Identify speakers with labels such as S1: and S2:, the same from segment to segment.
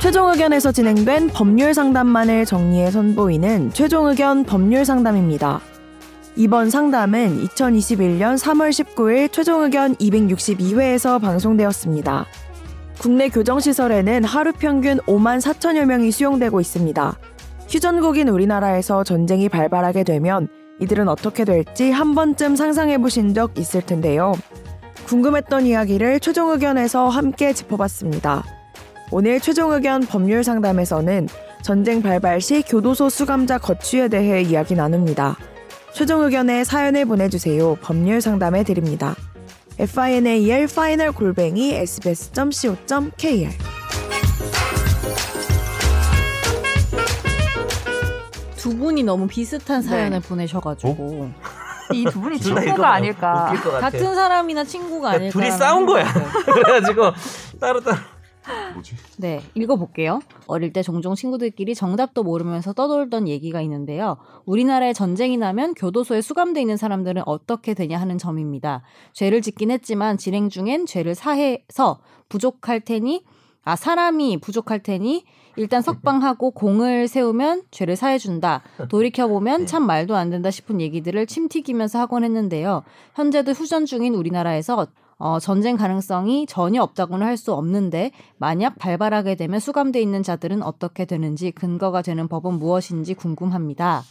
S1: 최종 의견에서 진행된 법률 상담만을 정리해 선보이는 최종 의견 법률 상담입니다. 이번 상담은 2021년 3월 19일 최종 의견 262회에서 방송되었습니다. 국내 교정시설에는 하루 평균 5만 4천여 명이 수용되고 있습니다. 휴전국인 우리나라에서 전쟁이 발발하게 되면 이들은 어떻게 될지 한 번쯤 상상해 보신 적 있을 텐데요. 궁금했던 이야기를 최종 의견에서 함께 짚어봤습니다. 오늘 최종 의견 법률 상담에서는 전쟁 발발 시 교도소 수감자 거취에 대해 이야기 나눕니다. 최종 의견에 사연을 보내주세요. 법률 상담해 드립니다. final final 골뱅이 sbs.co.kr
S2: 두 분이 너무 비슷한 사연을 보내셔가지고 이 두
S3: 음,
S2: 분이 친구가
S4: 둘다 읽어봐.
S2: 네, 아닐까
S4: 웃길 것 같아.
S2: 같은 사람이나 친구가
S4: 그러니까
S2: 아닐까
S4: 둘이 싸운 거야. 그래가지고 따로 따로
S5: 뭐지?
S2: 네, 읽어볼게요. 어릴 때 종종 친구들끼리 정답도 모르면서 떠돌던 얘기가 있는데요. 우리나라에 전쟁이 나면 교도소에 수감돼 있는 사람들은 어떻게 되냐 하는 점입니다. 죄를 짓긴 했지만 진행 중엔 죄를 사해서 부족할 테니 아 사람이 부족할 테니 일단 석방하고 공을 세우면 죄를 사해준다. 돌이켜 보면 참 말도 안 된다 싶은 얘기들을 침튀기면서 하곤 했는데요. 현재도 휴전 중인 우리나라에서 어, 전쟁 가능성이 전혀 없다고는 할 수 없는데 만약 발발하게 되면 수감돼 있는 자들은 어떻게 되는지 근거가 되는 법은 무엇인지 궁금합니다.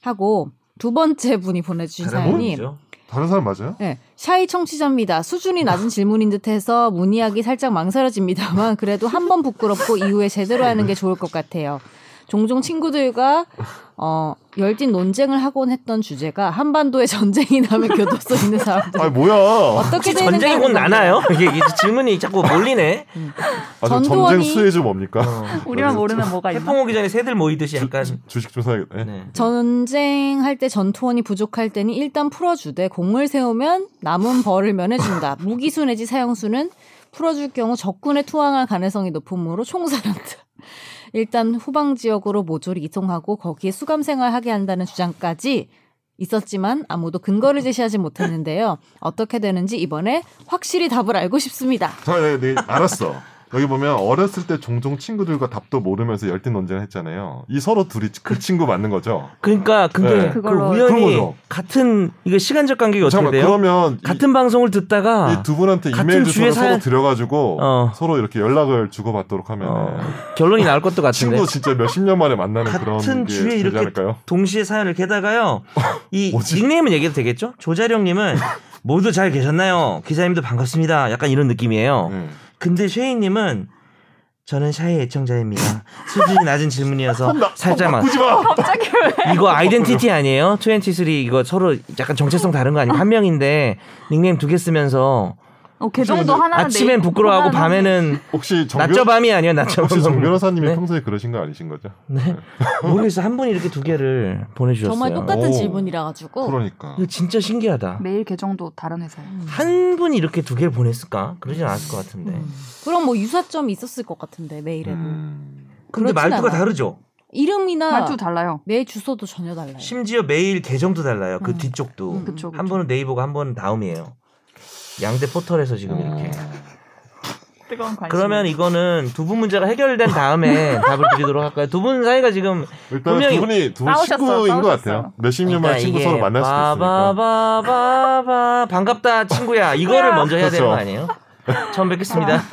S2: 하고 두 번째 분이 보내주신
S4: 다른
S2: 사연이
S4: 분이죠.
S5: 다른 사람 맞아요?
S2: 네, 샤이 청취자입니다. 수준이 낮은 질문인 듯해서 문의하기 살짝 망설여집니다만 그래도 한 번 부끄럽고 이후에 제대로 하는 게 좋을 것 같아요. 종종 친구들과 어, 열띤 논쟁을 하곤 했던 주제가 한반도에 전쟁이 나면 교도소 있는 사람들
S5: 아 뭐야?
S2: 어떻게 되는
S4: 전쟁이 곧 나나요? 이게 이 질문이 자꾸 몰리네.
S5: 아, 저
S2: 전두환이-
S5: 전쟁 수혜주 뭡니까?
S3: 우리만
S5: 나는
S3: 모르는 뭐가 있나?
S4: 태풍 오기 전에 새들 모이듯이 약간
S5: 주식 좀 사야겠네.
S4: 네.
S2: 전쟁할 때 전투원이 부족할 때는 일단 풀어주되 공을 세우면 남은 벌을 면해준다. 무기수 내지 사형수는 풀어줄 경우 적군의 투항할 가능성이 높으므로 총살한다. 일단 후방 지역으로 모조리 이송하고 거기에 수감 생활하게 한다는 주장까지 있었지만 아무도 근거를 제시하지 못했는데요. 어떻게 되는지 이번에 확실히 답을 알고 싶습니다.
S5: 자, 네, 네, 알았어. 여기 보면 어렸을 때 종종 친구들과 답도 모르면서 열띤 논쟁을 했잖아요. 이 서로 둘이 그 친구 맞는 거죠?
S4: 그러니까 그게
S5: 네.
S4: 그
S3: 그걸로-
S5: 그런
S4: 우연히
S5: 거죠.
S4: 같은 이거 시간적 간격이 어떻게
S5: 잠깐만
S4: 돼요?
S5: 그러면
S4: 같은 방송을 듣다가
S5: 이 두 분한테
S4: 같은
S5: 이메일
S4: 주에
S5: 주소를
S4: 사연-
S5: 서로 드려가지고
S4: 어.
S5: 서로 이렇게 연락을 주고받도록 하면
S4: 어, 결론이 나올 것도 같은데
S5: 친구 진짜 몇 십 년 만에 만나는
S4: 같은
S5: 그런 게
S4: 주에
S5: 되지
S4: 이렇게
S5: 않을까요?
S4: 동시에 사연을 게다가요 이
S5: 뭐지?
S4: 닉네임은 얘기도 되겠죠? 조자령님은 모두 잘 계셨나요? 기자님도 반갑습니다. 약간 이런 느낌이에요.
S5: 네.
S4: 근데 쉐이님은 저는 샤이 애청자입니다. 수준이 낮은 질문이어서 살짝만
S5: 꾸지 마.
S4: 이거 아이덴티티 아니에요? 23 이거 서로 약간 정체성 다른 거 아니에요? 한 명인데 닉네임 두 개 쓰면서
S3: 어, 계정도 하나
S4: 아침엔 부끄러워하고 밤에는
S5: 혹시 정 변-
S4: 낮저밤이 아니에요
S5: 혹시 정
S4: 낮저밤
S5: 변호사님이
S4: 네?
S5: 평소에 그러신 거 아니신 거죠?
S4: 모르겠어 한 분이 이렇게 두 개를 보내주셨어요
S2: 정말 똑같은 네.
S5: 오.
S2: 질문이라 가지고
S5: 그러니까.
S4: 이거 진짜 신기하다
S3: 매일 그 계정도 다른 회사에.
S4: 한 분이 이렇게 두 개를 보냈을까? 그러진 않았을 것 같은데
S2: 그럼 뭐 유사점이 있었을 것 같은데 메일에도
S5: 음.
S4: 근데
S2: 그렇진
S4: 말투가
S2: 않아요.
S4: 다르죠?
S2: 이름이나
S3: 말투 달라요.
S2: 메일 주소도 전혀 달라요.
S4: 심지어 메일 계정도 달라요 그
S2: 네. 음.
S4: 뒤쪽도
S2: 음.
S3: 그쵸, 그쵸.
S4: 한 번은 네이버고 한 번은 다음이에요 양대 포털에서 지금 이렇게
S5: 음.
S3: 뜨거운 관심.
S4: 그러면 이거는 두 분 문제가 해결된 다음에 답을 드리도록 할까요? 두 분 사이가 지금
S5: 일단
S4: 분명히-
S5: 두 분이 두분
S3: 싸우셨어,
S5: 친구인 것
S3: 싸우셨어.
S5: 같아요. 몇십 년
S4: 그러니까
S5: 만에 친구 서로 만날 수도 있으니까.
S4: 바바바바바 반갑다 친구야 이거를 먼저 해야 되는 거
S5: 그렇죠.
S4: 아니에요? 처음 뵙겠습니다.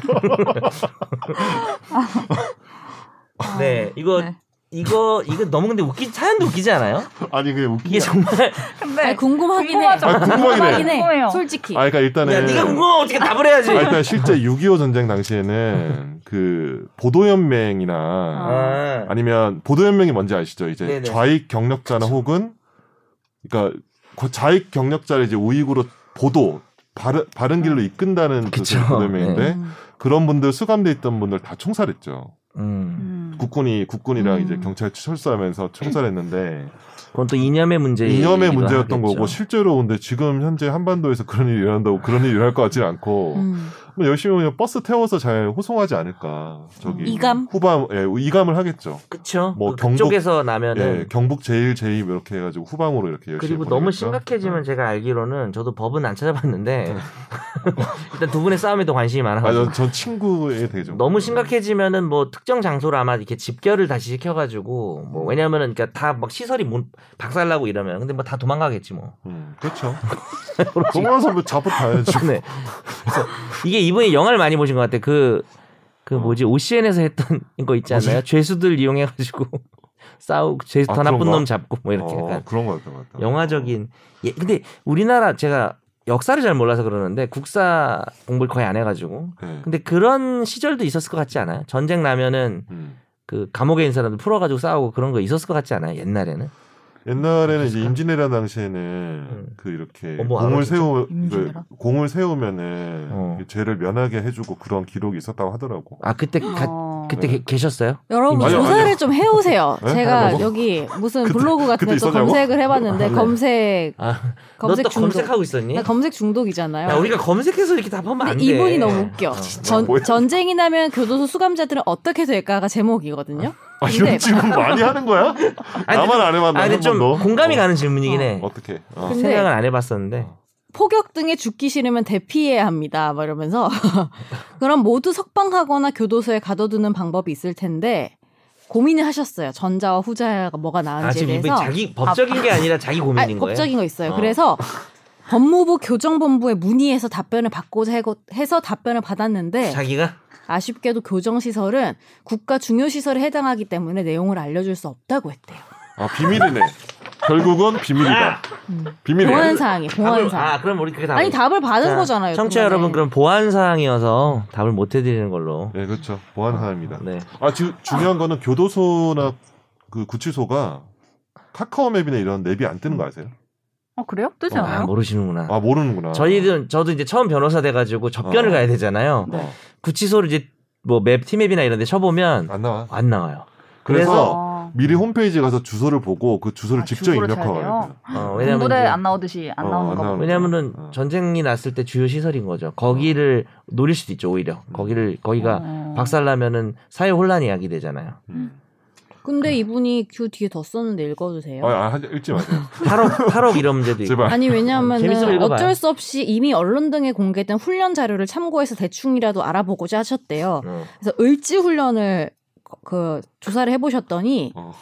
S4: 네 이거
S3: 네.
S4: 이거 이거 너무 근데 웃기 사연도 웃기지 않아요?
S5: 아니 그게
S4: 이게
S5: 웃기죠.
S4: 정말
S3: 근데
S2: 아니, 궁금하긴 해.
S3: 궁금하죠.
S5: 아, 궁금하긴
S3: 해.
S2: 궁금해요.
S3: 궁금해요.
S2: 솔직히.
S5: 아, 그러니까 일단은
S4: 야 네가 궁금하면 어떻게 답을 해야지.
S5: 아, 일단 실제 6.25 전쟁 당시에는 그 보도연맹이나
S4: 아,
S5: 아니면 보도연맹이 뭔지 아시죠? 이제
S4: 네네.
S5: 좌익 경력자나 혹은 그러니까 그 좌익 경력자를 이제 우익으로 보도 바른, 바른 길로 이끈다는 그
S4: 그쵸.
S5: 보도연맹인데
S2: 음.
S5: 그런 분들 수감돼 있던 분들 다 총살했죠.
S4: 음,
S3: 음.
S5: 국군이 국군이랑
S2: 음.
S5: 이제 경찰 철수하면서 총살했는데
S4: 그건 또 이념의 문제.
S5: 이념의 문제였던 거고 실제로 근데 지금 현재 한반도에서 그런 일이 일어난다고 그런 일이 일어날 것 같지는 않고
S2: 음.
S5: 그럼 열심히 오면 버스 태워서 잘 호송하지 않을까. 저기
S2: 이감?
S5: 후반 예, 이감을 하겠죠.
S4: 그쵸?
S5: 뭐
S4: 그
S5: 경북-
S4: 그쪽에서 나면은
S5: 예, 경북 제일 제일 이렇게 해가지고 후방으로 이렇게 열심히
S4: 그리고 너무
S5: 보내겠죠. 네.
S4: 심각해지면 제가 알기로는 저도 법은 안 찾아봤는데 일단 두 분의 싸움에도 관심이
S5: 아,
S4: 많아가지고
S5: 전, 전 친구에 되게 좀
S4: 너무 심각해지면은 뭐 특정 장소로 아마 이렇게 집결을 다시 시켜가지고
S5: 음.
S4: 뭐 왜냐면은 그러니까 다 막 시설이 문- 박살나고 이러면 근데 뭐 다 도망가겠지 뭐
S5: 음, 그렇죠. 동원서 뭐 잡고 가야죠.
S4: 네. 그래서 이게 이분이 영화를 많이 보신 것 같아. 그,
S5: 어.
S4: 그 뭐지, OCN에서 했던 거 있지 않나요? 죄수들 이용해가지고 싸우, 죄수
S5: 아,
S4: 더 나쁜
S5: 그런가?
S4: 놈 잡고 뭐 이렇게
S5: 어,
S4: 약간
S5: 그런 거 같다, 맞다.
S4: 영화적인. 예, 근데 우리나라 제가 역사를 잘 몰라서 그러는데 국사 공부를 거의 안 해가지고.
S5: 네.
S4: 근데 그런 시절도 있었을 것 같지 않아요? 전쟁 나면은
S5: 음.
S4: 그 감옥에 있는 사람들 풀어가지고 싸우고 그런 거 있었을 것 같지 않아요? 옛날에는?
S5: 옛날에는 이제
S4: 그랬을까?
S5: 임진왜란 당시에는 그 이렇게
S4: 어머, 네. 뭐, 알아,
S5: 공을
S4: 진짜.
S5: 세우 그,
S3: 임진왜란?
S5: 공을 세우면은
S4: 어.
S5: 그 죄를 면하게 해주고 그런 기록이 있었다고 하더라고.
S4: 아, 그때, 가-
S3: 어.
S4: 그때 게- 계셨어요?
S2: 여러분
S5: 아니요,
S2: 조사를
S5: 아니요.
S2: 좀 해오세요.
S5: 네?
S2: 제가
S5: 뭐라고?
S2: 여기 무슨
S5: 그때-
S2: 블로그 같은
S5: 그때
S2: 데서
S5: 있었냐고?
S2: 검색을 해봤는데
S4: 아, 네.
S2: 검색
S4: 아, 너
S2: 검색
S4: 또
S2: 중독.
S4: 검색하고 있었니?
S2: 나 검색 중독이잖아요.
S4: 야, 우리가 검색해서 이렇게 답하면 안
S2: 근데
S4: 돼. 아,
S2: 이분이 너무 웃겨. 전,
S5: 뭐야?
S2: 전쟁이 나면 교도소 수감자들은 어떻게 될까가 제목이거든요.
S5: 아, 이런
S2: 근데-
S5: 질문 많이 하는 거야?
S4: 아니,
S5: 나만 안 해봤나?
S4: 아, 근데 좀 공감이 가는 질문이긴 해.
S5: 뭐 어. 어떻게? 어.
S2: 근데-
S4: 생각은 안 해봤었는데.
S2: 포격 등에 죽기 싫으면 대피해야 합니다. 막 이러면서 그럼 모두 석방하거나 교도소에 가둬두는 방법이 있을 텐데 고민을 하셨어요. 전자와 후자가 뭐가
S4: 아,
S2: 나은지에
S4: 지금 이분
S2: 대해서.
S4: 자기 법적인 게 아니라 자기
S2: 아,
S4: 고민인 거예요?
S2: 법적인 거 있어요.
S4: 어.
S2: 그래서 법무부 교정본부에 문의해서 답변을 받고자 해고- 해서 답변을 받았는데
S4: 자기가?
S2: 아쉽게도 교정시설은 국가 중요시설에 해당하기 때문에 내용을 알려줄 수 없다고 했대요.
S5: 아 비밀이네. 결국은 비밀이다. 비밀이야.
S2: 보안 사항이
S4: 답을-
S2: 보안 사항.
S4: 아, 그럼 우리 그게 답
S2: 아니 답을 받은
S4: 자,
S2: 거잖아요.
S4: 그러니까 청취자
S2: 그동안에.
S4: 여러분, 그럼 보안 사항이어서 답을 못 해드리는 걸로.
S5: 네, 그렇죠. 보안 사항입니다.
S4: 네.
S5: 아 지금 중요한 거는 교도소나 그 구치소가 카카오맵이나 이런 앱이 안 뜨는 거 아세요?
S3: 어 그래요? 뜨지
S5: 어,
S4: 아,
S3: 않아요?
S4: 모르시는구나.
S5: 아 모르는구나.
S4: 저희는, 저도 이제 처음 변호사 돼가지고 접견을
S5: 어.
S4: 가야 되잖아요.
S2: 네.
S5: 어,
S4: 구치소를 이제 뭐 맵, 티맵이나 이런 데 쳐보면
S5: 안 나와.
S4: 안 나와요.
S5: 그래서
S3: 어.
S5: 미리 홈페이지 가서 주소를 보고 그 주소를
S3: 아,
S5: 직접
S3: 주소를 쳐야
S5: 입력하고 가야 돼요.
S2: 아,
S4: 어, 왜냐면
S3: 공부대
S4: 이제-
S3: 안 나오듯이 안
S5: 어,
S3: 나오는
S5: 안
S3: 거.
S5: 나오는
S3: 봐.
S4: 왜냐면은
S5: 어.
S4: 전쟁이 났을 때 주요 시설인 거죠. 거기를 노릴 수도 있죠 오히려. 거기를
S2: 음.
S4: 거기가
S3: 어.
S4: 박살나면은 사회 혼란이 야기되잖아요.
S5: 음.
S2: 근데 이분이 큐 뒤에 더 썼는데 읽어도 돼요?
S5: 아, 아 하지- 읽지 마세요.
S4: 8억 8억 이런 문제도 있고.
S5: 제발.
S2: 아니
S4: 재밌으면
S2: 왜냐하면은
S4: 읽어봐요.
S2: 어쩔 수 없이 이미 언론 등에 공개된 훈련 자료를 참고해서 대충이라도 알아보고자 하셨대요.
S4: 어.
S2: 그래서 을지 훈련을 거- 그 조사를 해보셨더니
S5: 어.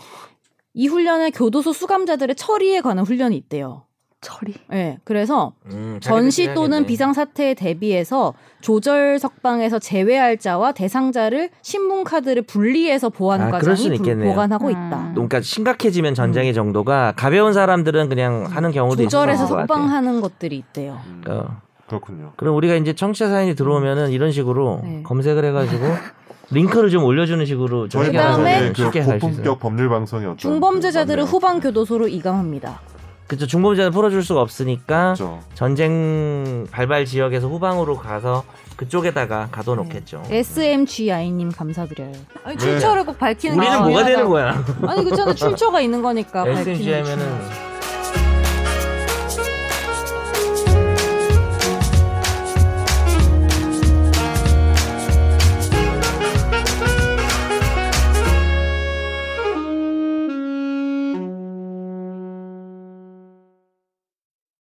S2: 이 훈련에 교도소 수감자들의 처리에 관한 훈련이 있대요.
S3: 처리.
S2: 예, 그래서
S4: 음,
S2: 전시
S4: 자기들끼리
S2: 또는
S4: 해야겠네.
S2: 비상 사태에 대비해서 조절 석방에서 제외할 자와 대상자를 신문 카드를 분리해서 보안
S4: 아, 그럴 수는
S2: 과장이 불-
S4: 있겠네요.
S2: 보관하고
S3: 음.
S2: 있다.
S4: 그러니까 심각해지면 전쟁의 정도가 가벼운 사람들은 그냥 하는 경우도
S2: 음. 조절해서
S4: 있을 것 같아요.
S2: 석방하는 것들이 있대요.
S5: 음,
S4: 어.
S5: 그렇군요.
S4: 그럼 우리가 이제 청취자 사연이 들어오면은 이런 식으로
S2: 네.
S4: 검색을 해가지고 링크를 좀 올려주는 식으로
S5: 저희
S4: 저희가
S2: 그다음에
S5: 방송에 그
S4: 쉽게 할 수 있어요.
S5: 고품격 법률 방송의 어떤
S2: 중범죄자들을
S5: 그
S2: 후방 교도소로 이감합니다.
S4: 그쵸 중범죄는 풀어줄 수가 없으니까
S5: 맞죠.
S4: 전쟁 발발 지역에서 후방으로 가서 그쪽에다가 가둬놓겠죠.
S2: 네. SMGI님 감사드려요. 아니,
S5: 네.
S2: 출처를 꼭 밝히는
S4: 우리는
S2: 게
S4: 뭐가
S2: 중요하다고.
S4: 되는 거야?
S2: 아니 네. 그렇잖아 출처가 있는 거니까 밝히는 게
S4: SNG하면은
S2: 중요하지.